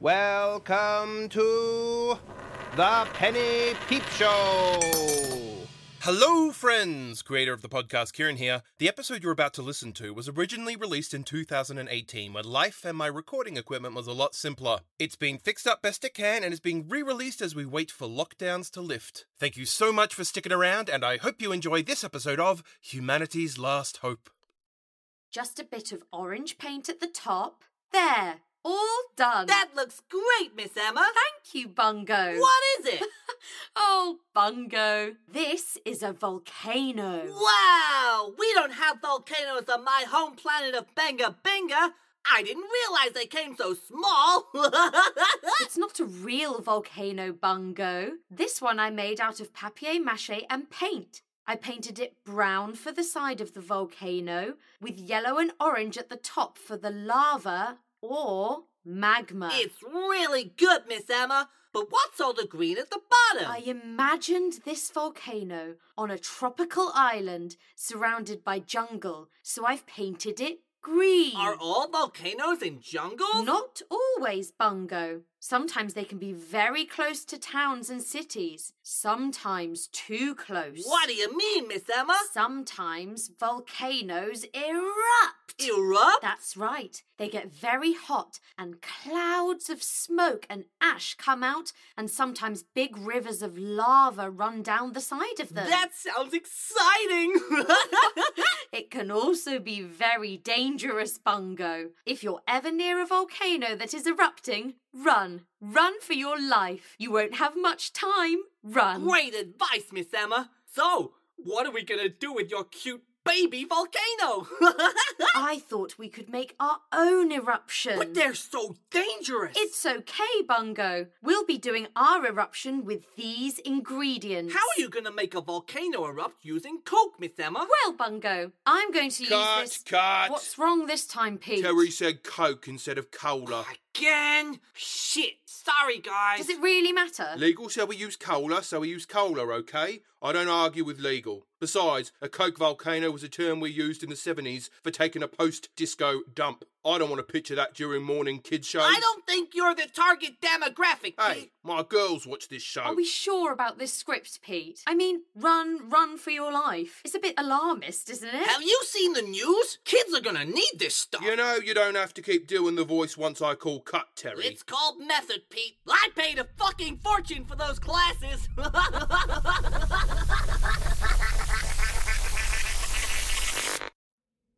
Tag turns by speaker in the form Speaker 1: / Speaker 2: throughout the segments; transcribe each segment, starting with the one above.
Speaker 1: Welcome to the Penny Peep Show. Hello, friends! Creator of the podcast, Kieran here. The episode you're about to listen to was originally released in 2018 when life and my recording equipment was a lot simpler. It's been fixed up best it can and is being re released as we wait for lockdowns to lift. Thank you so much for sticking around, and I hope you enjoy this episode of Humanity's Last Hope.
Speaker 2: Just a bit of orange paint at the top. There, all done.
Speaker 3: That looks great, Miss Emma.
Speaker 2: Thank you, Bungo.
Speaker 3: What is it?
Speaker 2: Oh, Bungo. This is a volcano.
Speaker 3: wow! We don't have volcanoes on my home planet of Benga Benga. I didn't realize they came so small.
Speaker 2: It's not a real volcano, Bungo. This one I made out of papier mache and paint. I painted it brown for the side of the volcano, with yellow and orange at the top for the lava or magma.
Speaker 3: it's really good, Miss Emma. But what's all the green at the bottom?
Speaker 2: I imagined this volcano on a tropical island surrounded by jungle, so I've painted it green.
Speaker 3: Are all volcanoes in jungles?
Speaker 2: Not always, Bungo. Sometimes they can be very close to towns and cities, sometimes too close.
Speaker 3: What do you mean, Miss Emma?
Speaker 2: Sometimes volcanoes erupt.
Speaker 3: Erupt?
Speaker 2: That's right. They get very hot, and clouds of smoke and ash come out, and sometimes big rivers of lava run down the side of them.
Speaker 3: That sounds exciting.
Speaker 2: It can also be very dangerous, Bungo. If you're ever near a volcano that is erupting, run. Run for your life. You won't have much time. Run.
Speaker 3: great advice, Miss Emma. So, what are we gonna do with your cute baby volcano?
Speaker 2: I thought we could make our own eruption.
Speaker 3: But they're so dangerous.
Speaker 2: It's okay, Bungo. We'll be doing our eruption with these ingredients.
Speaker 3: How are you going to make a volcano erupt using coke, Miss Emma?
Speaker 2: Well, Bungo, I'm going to
Speaker 1: Cut,
Speaker 2: use this.
Speaker 1: cut.
Speaker 2: What's wrong this time, Pete?
Speaker 1: Terry said Coke instead of cola.
Speaker 3: Again? Shit. Sorry, guys.
Speaker 2: Does it really matter?
Speaker 1: Legal said we use cola, so we use cola, okay? I don't argue with legal. Besides, a coke volcano was a term we used in the 70s for taking a post disco dump. I don't want to picture that during morning kids shows.
Speaker 3: I don't think you're the target demographic.
Speaker 1: Hey,
Speaker 3: Pete.
Speaker 1: my girls watch this show.
Speaker 3: Oh,
Speaker 2: Are we sure about this script, Pete? I mean, run, run for your life. It's a bit alarmist, isn't it?
Speaker 3: Have you seen the news? Kids are going to need this stuff.
Speaker 1: you know, you don't have to keep doing the voice once I call cut, Terry.
Speaker 3: It's called method, Pete. I paid a fucking fortune for those classes.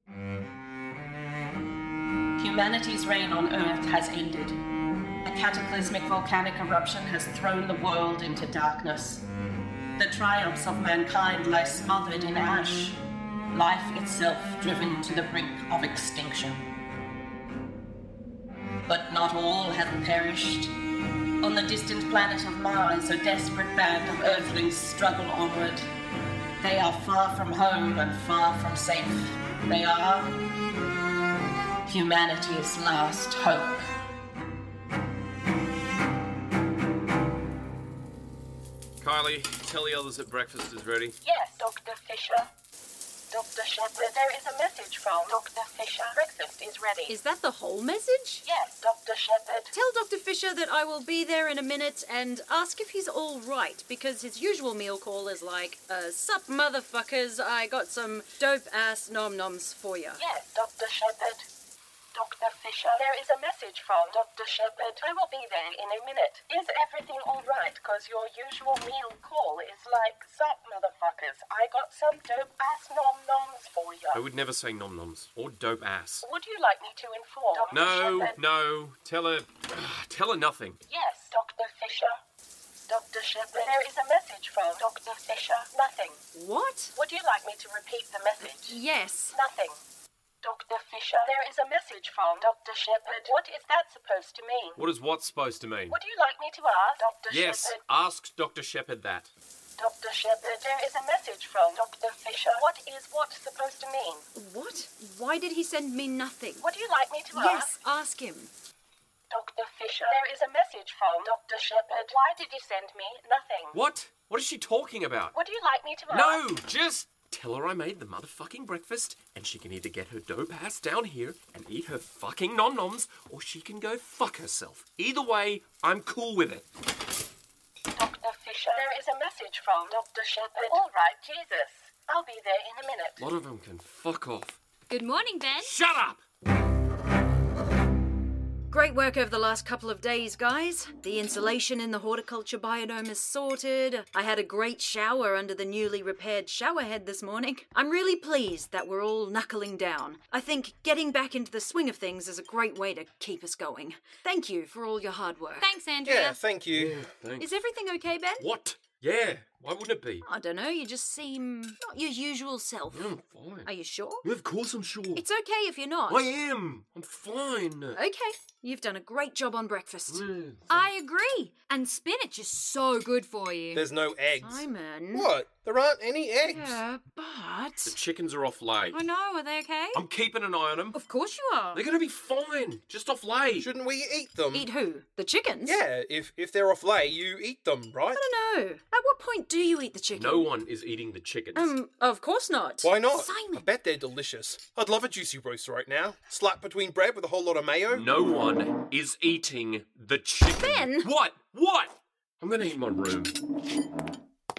Speaker 1: Um,
Speaker 4: Humanity's reign on Earth has ended. A cataclysmic volcanic eruption has thrown the world into darkness. The triumphs of mankind lie smothered in ash, life itself driven to the brink of extinction. But not all have perished. On the distant planet of Mars, a desperate band of Earthlings struggle onward. They are far from home and far from safe. They are humanity's last hope.
Speaker 1: Kylie, tell the others that breakfast is ready.
Speaker 5: Yes, Dr. Fisher. Dr. Shepherd, there is a message from Dr. Fisher. Breakfast is ready.
Speaker 6: Is that the whole message?
Speaker 5: yes, Dr. Shepherd.
Speaker 6: Tell Dr. Fisher that I will be there in a minute and ask if he's all right because his usual meal call is like, uh, sup motherfuckers, I got some dope ass nom noms for ya.
Speaker 5: Yes, Dr. Shepherd. Dr. Fisher, there is a message from Dr. Shepherd. I will be there in a minute. Is everything all right? Cause your usual meal call is like, sup, motherfuckers. I got some dope ass nom noms for you.
Speaker 7: I would never say nom noms or dope ass.
Speaker 5: Would you like me to inform? Dr.
Speaker 7: No,
Speaker 5: Shepherd?
Speaker 7: no, tell her, tell her nothing.
Speaker 5: Yes, Dr. Fisher. Dr. Shepherd, there is a message from Dr. Fisher. Nothing.
Speaker 6: What?
Speaker 5: Would you like me to repeat the message?
Speaker 6: Yes.
Speaker 5: Nothing. Dr. Fisher, there is a message from Dr. Shepard. What is that supposed to mean?
Speaker 7: What is what supposed to mean?
Speaker 5: Would you like me to ask Dr.
Speaker 7: yes,
Speaker 5: Shepard?
Speaker 7: ask Dr. Shepard that.
Speaker 5: Dr. Shepard, there is a message from Dr. Fisher. What is what supposed to mean?
Speaker 6: What? Why did he send me nothing?
Speaker 5: Would you like me to
Speaker 6: Yes, ask
Speaker 5: ask
Speaker 6: him.
Speaker 5: Dr. Fisher? There is a message from Dr. Shepard. Why did you send me nothing?
Speaker 7: What? What is she talking about?
Speaker 5: Would you like me to ask?
Speaker 7: No, just tell her I made the motherfucking breakfast and she can either get her dope ass down here and eat her fucking nom noms or she can go fuck herself. Either way, I'm cool with it.
Speaker 5: Dr. Fisher, there is a message from Dr. Shepard. All right, Jesus. I'll be there in a minute.
Speaker 7: A lot of them can fuck off.
Speaker 6: Good morning, Ben.
Speaker 7: Shut up!
Speaker 6: Great work over the last couple of days, guys. The insulation in the horticulture biodome is sorted. I had a great shower under the newly repaired showerhead this morning. I'm really pleased that we're all knuckling down. I think getting back into the swing of things is a great way to keep us going. Thank you for all your hard work.
Speaker 8: Thanks, Andrea.
Speaker 1: Yeah, thank you.
Speaker 7: Thanks.
Speaker 6: Is everything okay, Ben?
Speaker 7: What? Yeah, why wouldn't it be?
Speaker 6: I don't know, you just seem not your usual self.
Speaker 7: I'm fine.
Speaker 6: Are you sure?
Speaker 7: Yeah, of course I'm sure.
Speaker 6: It's okay if you're not.
Speaker 7: I am. I'm fine.
Speaker 6: Okay, you've done a great job on breakfast.
Speaker 7: Mm.
Speaker 8: I agree. And spinach is so good for you.
Speaker 1: There's no eggs.
Speaker 6: Simon.
Speaker 1: What? There aren't any eggs.
Speaker 8: Yeah, but
Speaker 7: The
Speaker 6: But.
Speaker 7: chickens are off lay.
Speaker 8: I know. Are they okay?
Speaker 7: I'm keeping an eye on
Speaker 6: Oh,
Speaker 7: them.
Speaker 8: Of course you are.
Speaker 7: They're gonna be fine. Just off lay.
Speaker 1: Shouldn't we eat them?
Speaker 6: Eat who? The chickens?
Speaker 1: Yeah, if if they're off lay, you eat them, right?
Speaker 6: I don't know. At what point do you eat the chicken?
Speaker 7: No one is eating the chickens.
Speaker 6: Um, of course not.
Speaker 1: Why not? I
Speaker 6: Simon.
Speaker 1: bet they're delicious. I'd love a juicy roast right now. Slapped between bread with a whole lot of mayo.
Speaker 7: No one is eating the chicken.
Speaker 6: Ben!
Speaker 7: What? What? I'm gonna eat my room.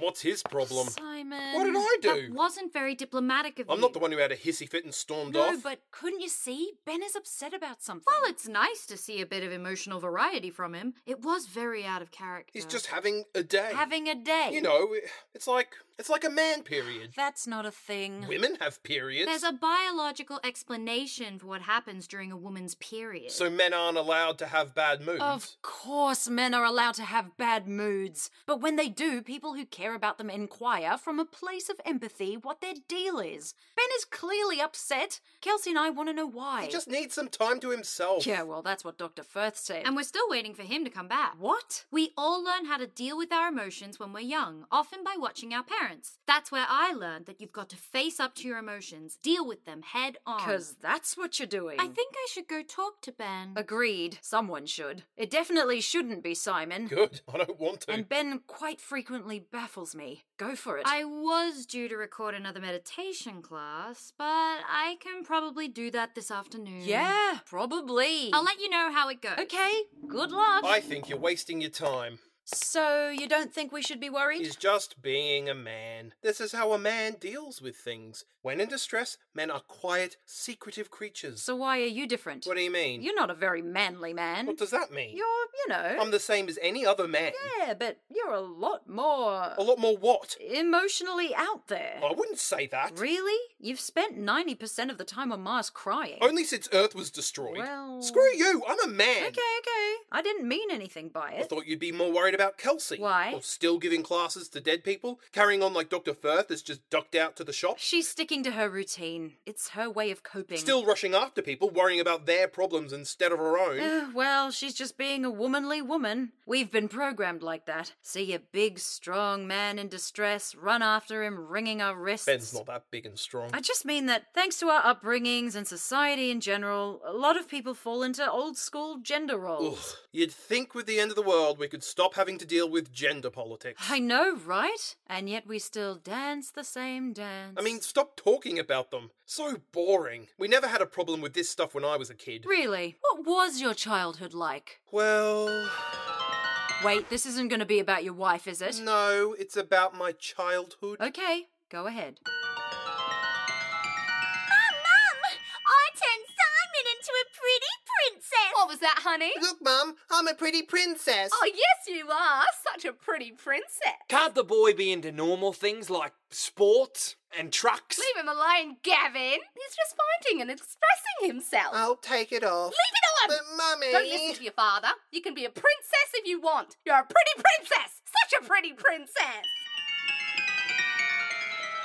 Speaker 1: What's his problem?
Speaker 8: Simon.
Speaker 1: What did I do?
Speaker 8: That wasn't very diplomatic of you.
Speaker 1: I'm not the one who had a hissy fit and stormed
Speaker 6: No,
Speaker 1: off.
Speaker 6: but couldn't you see? Ben is upset about something.
Speaker 8: Well, it's nice to see a bit of emotional variety from him. It was very out of character.
Speaker 1: He's just having a day.
Speaker 6: uh, having a day.
Speaker 1: You know, it's like it's like a man period.
Speaker 6: That's not a thing.
Speaker 1: Women have periods.
Speaker 8: There's a biological explanation for what happens during a woman's period.
Speaker 1: So men aren't allowed to have bad moods.
Speaker 6: Of course, men are allowed to have bad moods. But when they do, people who care about them inquire from a place of empathy what their deal is. Ben is clearly upset. Kelsey and I want to know why.
Speaker 1: He just needs some time to himself.
Speaker 6: Yeah, well, that's what Dr. Firth said.
Speaker 8: and we're still waiting for him to come back.
Speaker 6: What?
Speaker 8: We all learn how to deal with our emotions when we're young, often by watching our parents. That's where I learned that you've got to face up to your emotions, deal with them head on.
Speaker 6: Because that's what you're doing.
Speaker 8: I think I should go talk to Ben.
Speaker 6: Agreed. Someone should. It definitely shouldn't be Simon.
Speaker 1: Good. I don't want to.
Speaker 6: And Ben quite frequently baffles me. Go for it.
Speaker 8: I was due to record another meditation class, but I can probably do that this afternoon.
Speaker 6: Yeah, probably.
Speaker 8: I'll let you know how it goes.
Speaker 6: Okay, good luck.
Speaker 1: I think you're wasting your time.
Speaker 6: So, you don't think we should be worried?
Speaker 1: He's just being a man. This is how a man deals with things. When in distress, men are quiet, secretive creatures.
Speaker 6: So, why are you different?
Speaker 1: What do you mean?
Speaker 6: You're not a very manly man.
Speaker 1: What does that mean?
Speaker 6: You're, you know.
Speaker 1: I'm the same as any other man.
Speaker 6: yeah, but you're a lot more
Speaker 1: A lot more what?
Speaker 6: emotionally out there.
Speaker 1: I wouldn't say that.
Speaker 6: Really? You've spent 90% of the time on Mars crying.
Speaker 1: Only since Earth was destroyed.
Speaker 6: Well-
Speaker 1: Screw you, I'm a man.
Speaker 6: Okay, okay. I didn't mean anything by
Speaker 1: I
Speaker 6: it.
Speaker 1: thought you'd be more worried about Kelsey.
Speaker 6: Why?
Speaker 1: Or still giving classes to dead people, carrying on like Dr. Firth has just ducked out to the shop,
Speaker 6: She's sticking to her routine. It's her way of coping.
Speaker 1: still rushing after people, worrying about their problems instead of her own.
Speaker 6: Eh, well, she's just being a womanly woman. We've been programmed like that. See a big, strong man in distress, run after him, wringing our wrists.
Speaker 1: Ben's not that big and strong.
Speaker 6: I just mean that thanks to our upbringings and society in general, a lot of people fall into old school gender
Speaker 1: Ugh.
Speaker 6: roles.
Speaker 1: You'd think with the end of the world we could stop having to deal with gender politics.
Speaker 6: I know, right? And yet we still dance the same dance.
Speaker 1: I mean, stop talking about them. So boring. We never had a problem with this stuff when I was a kid.
Speaker 6: really, what was your childhood like?
Speaker 1: Well,
Speaker 6: Wait, this isn't going to be about your wife, is it?
Speaker 1: no, it's about my childhood.
Speaker 6: Okay, go ahead.
Speaker 8: I turned Simon into a pretty princess. What was that, honey?
Speaker 1: Look, Mum, I'm a pretty princess.
Speaker 8: Oh, yes, you are. Such a pretty princess.
Speaker 9: Can't the boy be into normal things like sports and trucks?
Speaker 8: him alone, Gavin. He's just finding and expressing himself.
Speaker 1: take it off.
Speaker 8: Leave it
Speaker 1: Mummy.
Speaker 8: Don't listen to your father. You can be a princess if you want. You're a pretty princess. Such a pretty princess.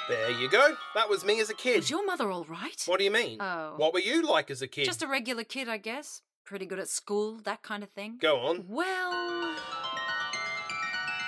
Speaker 1: There you go. That was me as a kid. Was
Speaker 6: your mother all right?
Speaker 1: What do you mean?
Speaker 6: Oh.
Speaker 1: What were you like as a kid?
Speaker 6: Just a regular kid, I guess. Pretty good at school, that kind of thing.
Speaker 1: Go on.
Speaker 6: Well.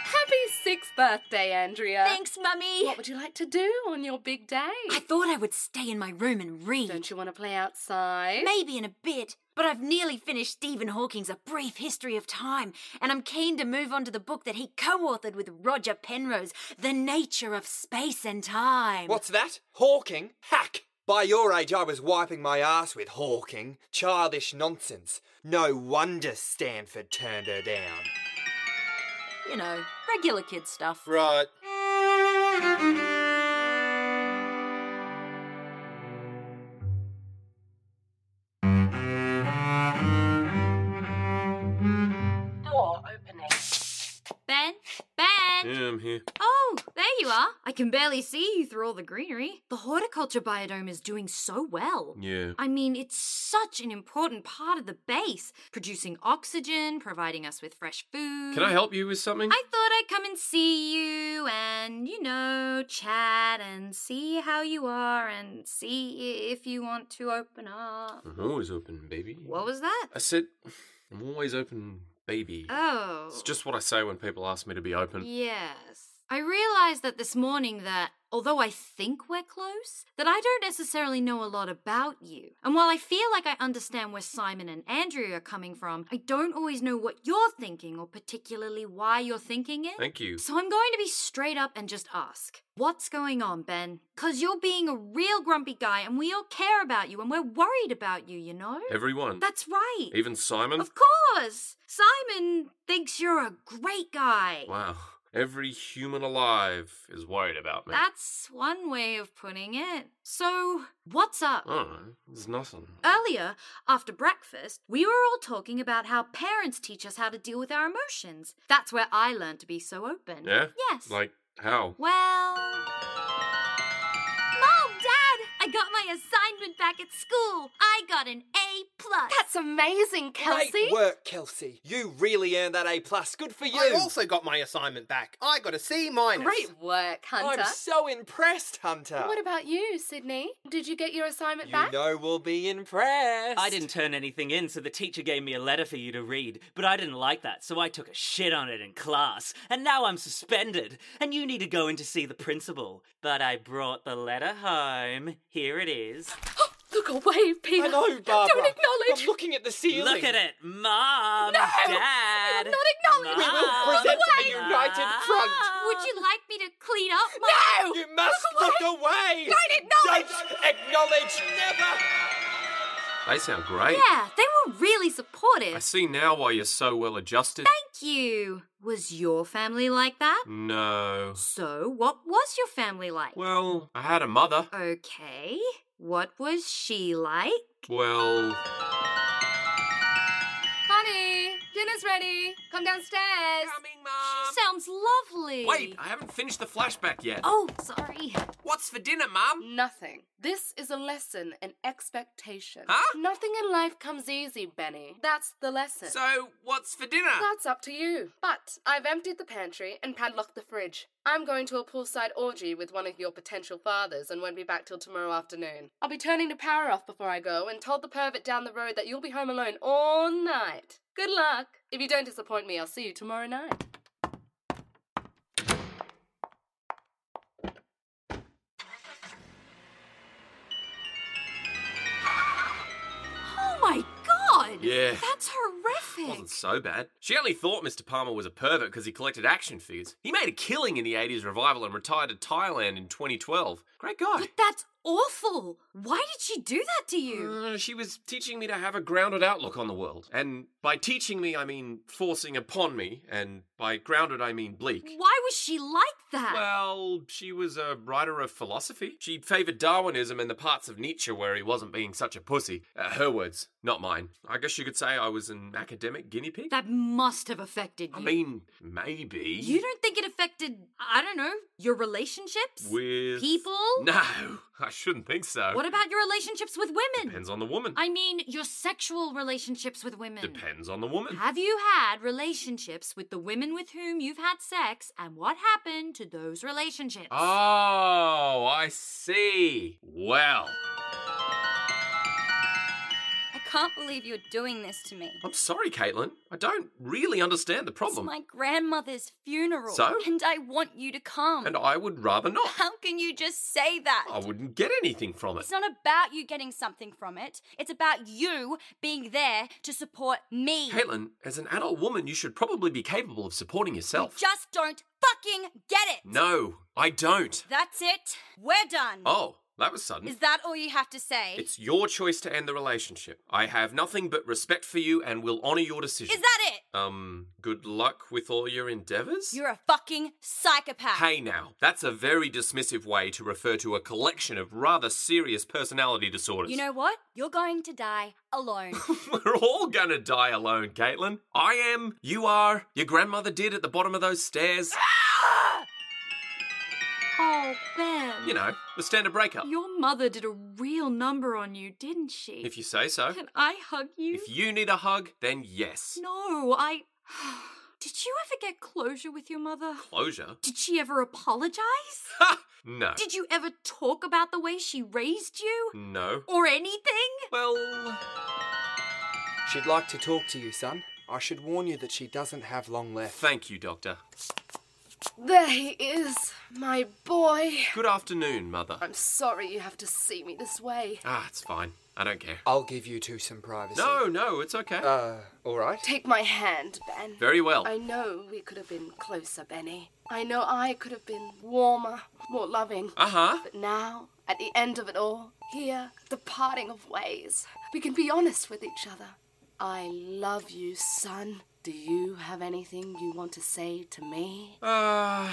Speaker 10: Happy sixth birthday, Andrea.
Speaker 8: Thanks, Mummy.
Speaker 10: What would you like to do on your big day?
Speaker 8: I thought I would stay in my room and read.
Speaker 10: Don't you want to play outside?
Speaker 8: Maybe in a bit, but I've nearly finished Stephen Hawking's A Brief History of Time, and I'm keen to move on to the book that he co authored with Roger Penrose The Nature of Space and Time.
Speaker 9: What's that? Hawking? Hack! By your age, I was wiping my ass with Hawking. Childish nonsense. No wonder Stanford turned her down.
Speaker 6: You know, regular kid stuff.
Speaker 1: Right.
Speaker 5: Door opening.
Speaker 8: Ben? Ben?
Speaker 7: Yeah, I'm here.
Speaker 8: Oh, there you are. I can barely see you through all the greenery. The horticulture biodome is doing so well.
Speaker 7: Yeah.
Speaker 8: I mean, it's such an important part of the base, producing oxygen, providing us with fresh food.
Speaker 7: Can I help you with something?
Speaker 8: Um, I thought I'd come and see you and, you know, chat and see how you are and see i- if you want to open up.
Speaker 7: I'm always open, baby.
Speaker 8: What was that?
Speaker 7: Mm. I said, I'm always open, baby.
Speaker 8: Oh.
Speaker 7: It's just what I say when people ask me to be open.
Speaker 8: Yes. I realized that this morning that although I think we're close, that I don't necessarily know a lot about you. And while I feel like I understand where Simon and Andrew are coming from, I don't always know what you're thinking or particularly why you're thinking it.
Speaker 7: Thank you.
Speaker 8: So I'm going to be straight up and just ask, what's going on, Ben? Cuz you're being a real grumpy guy and we all care about you and we're worried about you, you know?
Speaker 7: Everyone.
Speaker 8: That's right.
Speaker 7: Even Simon?
Speaker 8: Of course. Simon thinks you're a great guy.
Speaker 7: Wow. Every human alive is worried about me.
Speaker 8: That's one way of putting it. So, what's up?
Speaker 7: I don't know. There's nothing.
Speaker 8: Earlier, after breakfast, we were all talking about how parents teach us how to deal with our emotions. That's where I learned to be so open.
Speaker 7: Yeah?
Speaker 8: Yes.
Speaker 7: Like, how?
Speaker 8: Well. Mom, Dad, I got my assignment back at school. I got an A plus.
Speaker 10: That's amazing, Kelsey.
Speaker 9: Great work, Kelsey. You really earned that A plus. Good for you.
Speaker 1: I also got my assignment back. I got a C minus.
Speaker 10: Great work, Hunter.
Speaker 9: I'm so impressed, Hunter.
Speaker 10: What about you, Sydney? Did you get your assignment back?
Speaker 9: you know we'll be impressed.
Speaker 11: I didn't turn anything in, so the teacher gave me a letter for you to read, but I didn't like that, so I took a shit on it in class, and now I'm suspended, and you need to go in to see the principal. But I brought the letter home. Here it is.
Speaker 10: Look away, Peter.
Speaker 9: I know, Barbara.
Speaker 10: Don't acknowledge.
Speaker 9: I'm looking at the ceiling.
Speaker 11: Look at it, Mom,
Speaker 10: No!
Speaker 11: Dad.
Speaker 10: Not acknowledge.
Speaker 9: We will present a united front.
Speaker 8: Ah. Would you like me to clean up? Mom?
Speaker 10: No!
Speaker 9: You must look away.
Speaker 10: Don't acknowledge.
Speaker 9: Don't acknowledge. Never.
Speaker 7: They sound great.
Speaker 8: Yeah, they were really supportive.
Speaker 7: I see now why you're so well adjusted.
Speaker 8: Thank you. Was your family like that?
Speaker 7: No.
Speaker 8: So, what was your family like?
Speaker 7: Well, I had a mother.
Speaker 8: Okay. What was she like?
Speaker 7: Well,
Speaker 10: Honey, dinner's ready. Come downstairs.
Speaker 7: Coming, Mom.
Speaker 8: Sounds lovely.
Speaker 7: Um, wait, I haven't finished the flashback yet.
Speaker 8: Oh, sorry.
Speaker 7: What's for dinner, Mum?
Speaker 10: Nothing. This is a lesson in expectation.
Speaker 7: Huh?
Speaker 10: Nothing in life comes easy, Benny. That's the lesson.
Speaker 7: So, what's for dinner?
Speaker 10: That's up to you. But I've emptied the pantry and padlocked the fridge. I'm going to a poolside orgy with one of your potential fathers and won't be back till tomorrow afternoon. I'll be turning the power off before I go and told the pervert down the road that you'll be home alone all night. Good luck. If you don't disappoint me, I'll see you tomorrow night.
Speaker 8: Oh my god!
Speaker 7: Yeah.
Speaker 8: That's horrific.
Speaker 7: Wasn't so bad. She only thought Mr. Palmer was a pervert because he collected action figures. He made a killing in the 80s revival and retired to Thailand in 2012. Great guy.
Speaker 8: That's awful. Why did she do that to you?
Speaker 7: Uh, she was teaching me to have a grounded outlook on the world. And by teaching me, I mean forcing upon me. And by grounded, I mean bleak.
Speaker 8: Why was she like that?
Speaker 7: Well, she was a writer of philosophy. She favoured Darwinism and the parts of Nietzsche where he wasn't being such a pussy. Uh, her words, not mine. I guess you could say I was an academic guinea pig.
Speaker 8: that must have affected you.
Speaker 7: I mean, maybe.
Speaker 8: you don't think it affected, I don't know, your relationships?
Speaker 7: With.
Speaker 8: people?
Speaker 7: No. I shouldn't think so.
Speaker 8: What about your relationships with women?
Speaker 7: Depends on the woman.
Speaker 8: I mean, your sexual relationships with women.
Speaker 7: Depends on the woman.
Speaker 8: Have you had relationships with the women with whom you've had sex, and what happened to those relationships?
Speaker 7: Ah. Oh, I see. Well,
Speaker 12: I can't believe you're doing this to me.
Speaker 7: I'm sorry, Caitlin. I don't really understand the problem.
Speaker 12: It's my grandmother's funeral.
Speaker 7: So?
Speaker 12: And I want you to come.
Speaker 7: And I would rather not.
Speaker 12: How can you just say that?
Speaker 7: I wouldn't get anything from it.
Speaker 12: It's not about you getting something from it. It's about you being there to support me.
Speaker 7: Caitlin, as an adult woman, you should probably be capable of supporting yourself.
Speaker 12: Just don't fucking get it.
Speaker 7: No, I don't.
Speaker 12: That's it. We're done.
Speaker 7: Oh, that was sudden.
Speaker 12: Is that all you have to say?
Speaker 7: It's your choice to end the relationship. I have nothing but respect for you and will honor your decision.
Speaker 12: Is that it?
Speaker 7: Um, good luck with all your endeavors?
Speaker 12: You're a fucking psychopath.
Speaker 7: Hey now, that's a very dismissive way to refer to a collection of rather serious personality disorders.
Speaker 12: You know what? You're going to die alone.
Speaker 7: We're all gonna die alone, Caitlin. I am, you are, your grandmother did at the bottom of those stairs.
Speaker 8: Oh, Ben.
Speaker 7: You know, uh, the standard breakup.
Speaker 8: Your mother did a real number on you, didn't she?
Speaker 7: If you say so.
Speaker 8: Can I hug you?
Speaker 7: If you need a hug, then yes.
Speaker 8: No, I. Did you ever get closure with your mother?
Speaker 7: Closure?
Speaker 8: Did she ever apologize?
Speaker 7: No.
Speaker 8: Did you ever talk about the way she raised you?
Speaker 7: No.
Speaker 8: Or anything?
Speaker 7: Well.
Speaker 9: She'd like to talk to you, son. I should warn you that she doesn't have long left.
Speaker 7: Thank you, Doctor.
Speaker 10: There he is, my boy.
Speaker 7: Good afternoon, Mother.
Speaker 10: I'm sorry you have to see me this way.
Speaker 7: Ah, it's fine. I don't care.
Speaker 9: I'll give you two some privacy.
Speaker 7: No, no, it's okay.
Speaker 9: Uh, alright.
Speaker 10: Take my hand, Ben.
Speaker 7: Very well.
Speaker 10: I know we could have been closer, Benny. I know I could have been warmer, more loving.
Speaker 7: Uh huh.
Speaker 10: But now, at the end of it all, here, the parting of ways, we can be honest with each other. I love you, son. Do you have anything you want to say to me?
Speaker 7: Uh,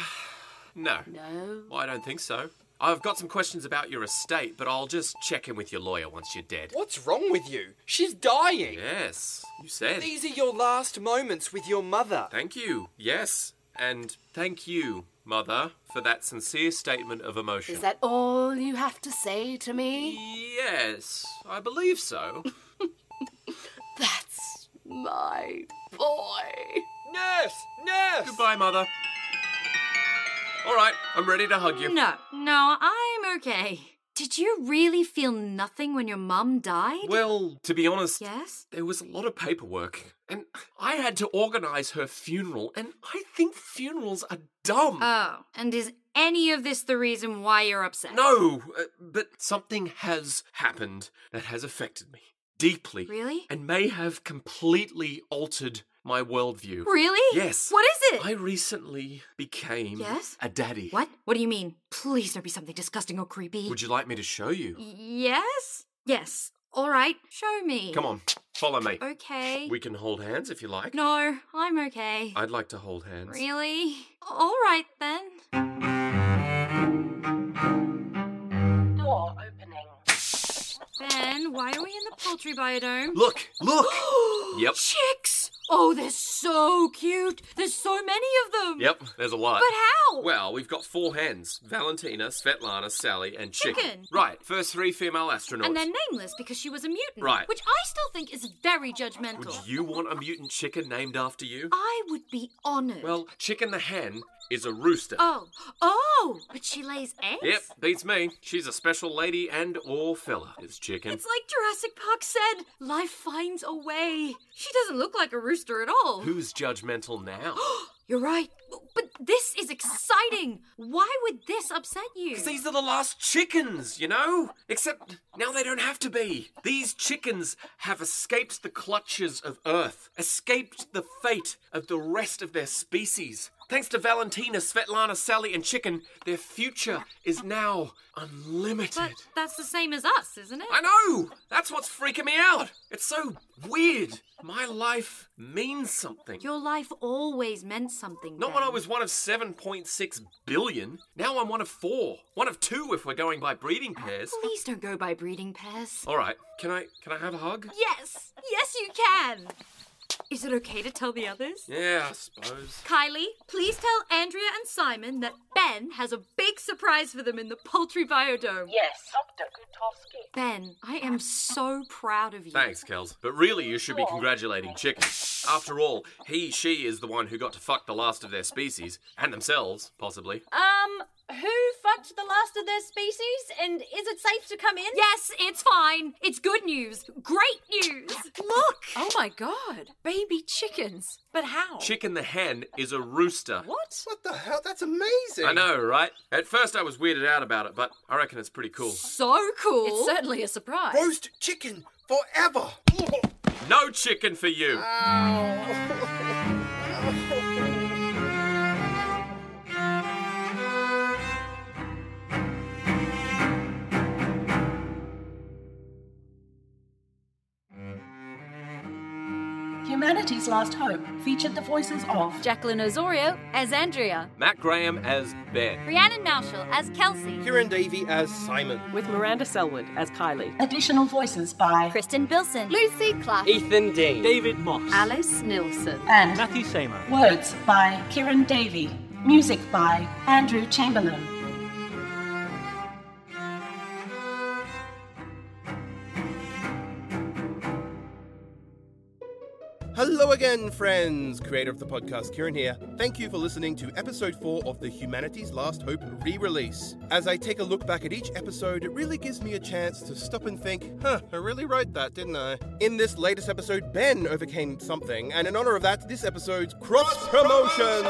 Speaker 7: no.
Speaker 10: No?
Speaker 7: Well, I don't think so. I've got some questions about your estate, but I'll just check in with your lawyer once you're dead.
Speaker 9: What's wrong with you? She's dying.
Speaker 7: Yes, you said.
Speaker 9: These are your last moments with your mother.
Speaker 7: Thank you, yes. And thank you, Mother, for that sincere statement of emotion.
Speaker 10: Is that all you have to say to me?
Speaker 7: Yes, I believe so.
Speaker 10: That's my boy.
Speaker 9: Nurse! Nurse!
Speaker 7: Goodbye, Mother. All right, I'm ready to hug you.
Speaker 8: No, no, I'm okay. Did you really feel nothing when your mum died?
Speaker 7: Well, to be honest,
Speaker 8: Yes?
Speaker 7: there was a lot of paperwork, and I had to organise her funeral, and I think funerals are dumb.
Speaker 8: Oh, and is any of this the reason why you're upset?
Speaker 7: No, uh, but something has happened that has affected me deeply.
Speaker 8: Really?
Speaker 7: And may have completely altered my worldview.
Speaker 8: Really?
Speaker 7: Yes.
Speaker 8: What is it?
Speaker 7: I recently became
Speaker 8: Yes?
Speaker 7: a daddy.
Speaker 8: What? What do you mean? Please don't be something disgusting or creepy.
Speaker 7: Would you like me to show you?
Speaker 8: Yes? Yes. All right, show me.
Speaker 7: Come on, follow me.
Speaker 8: Okay.
Speaker 7: We can hold hands if you like.
Speaker 8: No, I'm okay.
Speaker 7: I'd like to hold hands.
Speaker 8: Really? All right then.
Speaker 5: Door opening.
Speaker 8: Ben, why are we in the poultry biodome?
Speaker 7: Look, look. yep.
Speaker 8: Chicks! Oh, they're so cute. There's so many of them.
Speaker 7: Yep, there's a lot.
Speaker 8: But how?
Speaker 7: Well, we've got four hens Valentina, Svetlana, Sally, and Chicken.
Speaker 8: Chicken.
Speaker 7: Right, first three female astronauts.
Speaker 8: And they're nameless because she was a mutant.
Speaker 7: Right.
Speaker 8: Which I still think is very judgmental.
Speaker 7: Would you want a mutant chicken named after you?
Speaker 8: I would be honored.
Speaker 7: Well, Chicken the hen is a rooster.
Speaker 8: Oh, oh, but she lays eggs?
Speaker 7: Yep, beats me. She's a special lady and or fella. It's Chicken.
Speaker 8: It's like Jurassic Park said life finds a way. She doesn't look like a rooster at all.
Speaker 7: Who's judgmental now?
Speaker 8: You're right. But this is exciting. Why would this upset you?
Speaker 7: These are the last chickens, you know? Except now they don't have to be. These chickens have escaped the clutches of Earth, escaped the fate of the rest of their species. Thanks to Valentina, Svetlana, Sally, and Chicken, their future is now unlimited.
Speaker 8: But that's the same as us, isn't it?
Speaker 7: I know! That's what's freaking me out! It's so weird! My life means something.
Speaker 8: Your life always meant something.
Speaker 7: Not
Speaker 8: Ben.
Speaker 7: when I was one of 7.6 billion. Now I'm one of four. One of two if we're going by breeding pairs.
Speaker 8: Please don't go by breeding pairs.
Speaker 7: All right. Can I can I have a hug?
Speaker 8: Yes, yes, you can. Is it okay to tell the others?
Speaker 7: Yeah, I suppose.
Speaker 8: Kylie, please tell Andrea and Simon that Ben has a big surprise for them in the poultry biodome.
Speaker 5: Yes, Dr. Gutowski.
Speaker 8: Ben, I am so proud of you.
Speaker 7: Thanks, Kels. But really, you should be congratulating Chicken. After all, he, she is the one who got to fuck the last of their species, and themselves, possibly.
Speaker 13: Um, who fucked the last of their species? And is it safe to come in?
Speaker 8: Yes, it's fine. It's good news. Great news. Look! Oh my god. Baby chickens. But how?
Speaker 7: Chicken the hen is a rooster.
Speaker 1: What? What the hell? That's amazing.
Speaker 7: I know, right? At first, I was weirded out about it, but I reckon it's pretty cool.
Speaker 8: So cool. It's certainly a surprise.
Speaker 1: Roast chicken forever.
Speaker 7: No chicken for you.
Speaker 4: Humanity's Last Hope featured the voices of
Speaker 13: Jacqueline Osorio as Andrea,
Speaker 7: Matt Graham as Ben.
Speaker 13: Rhiannon Marshall as Kelsey,
Speaker 1: Kieran Davey as Simon.
Speaker 4: With Miranda Selwood as Kylie.
Speaker 13: additional voices by Kristen Bilson, Lucy Clark,
Speaker 14: Ethan Dean. David Moss.
Speaker 13: Alice Nilsson,
Speaker 4: and
Speaker 14: Matthew Seymour.
Speaker 4: Words by Kieran Davey. Music by Andrew Chamberlain.
Speaker 1: Hello again, friends. Creator of the podcast, Kieran here. Thank you for listening to episode 4 of the Humanity's Last Hope re release. As I take a look back at each episode, it really gives me a chance to stop and think, huh, I really wrote that, didn't I? In this latest episode, Ben overcame something, and in honor of that, this episode's cross promotion!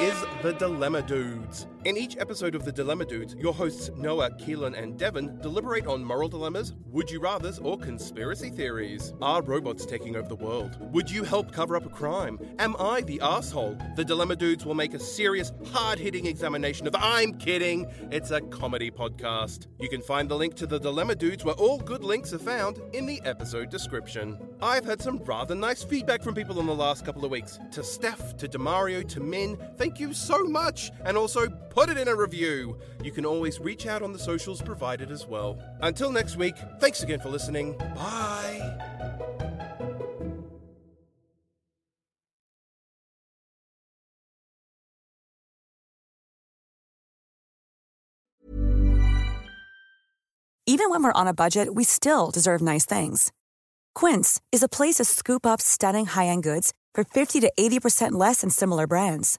Speaker 1: is The Dilemma Dudes. In each episode of The Dilemma Dudes, your hosts Noah, Keelan, and Devon deliberate on moral dilemmas, would you rathers, or conspiracy theories. Are robots taking over the world? Would you help cover up a crime? Am I the asshole? The Dilemma Dudes will make a serious, hard hitting examination of I'm kidding. It's a comedy podcast. You can find the link to The Dilemma Dudes, where all good links are found, in the episode description. I've had some rather nice feedback from people in the last couple of weeks. To Steph, to Demario, to Min, thank you so much, and also put it in a review. You can always reach out on the socials provided as well. Until next week, thanks again for listening. Bye.
Speaker 15: Even when we're on a budget, we still deserve nice things. Quince is a place to scoop up stunning high end goods for 50 to 80% less than similar brands.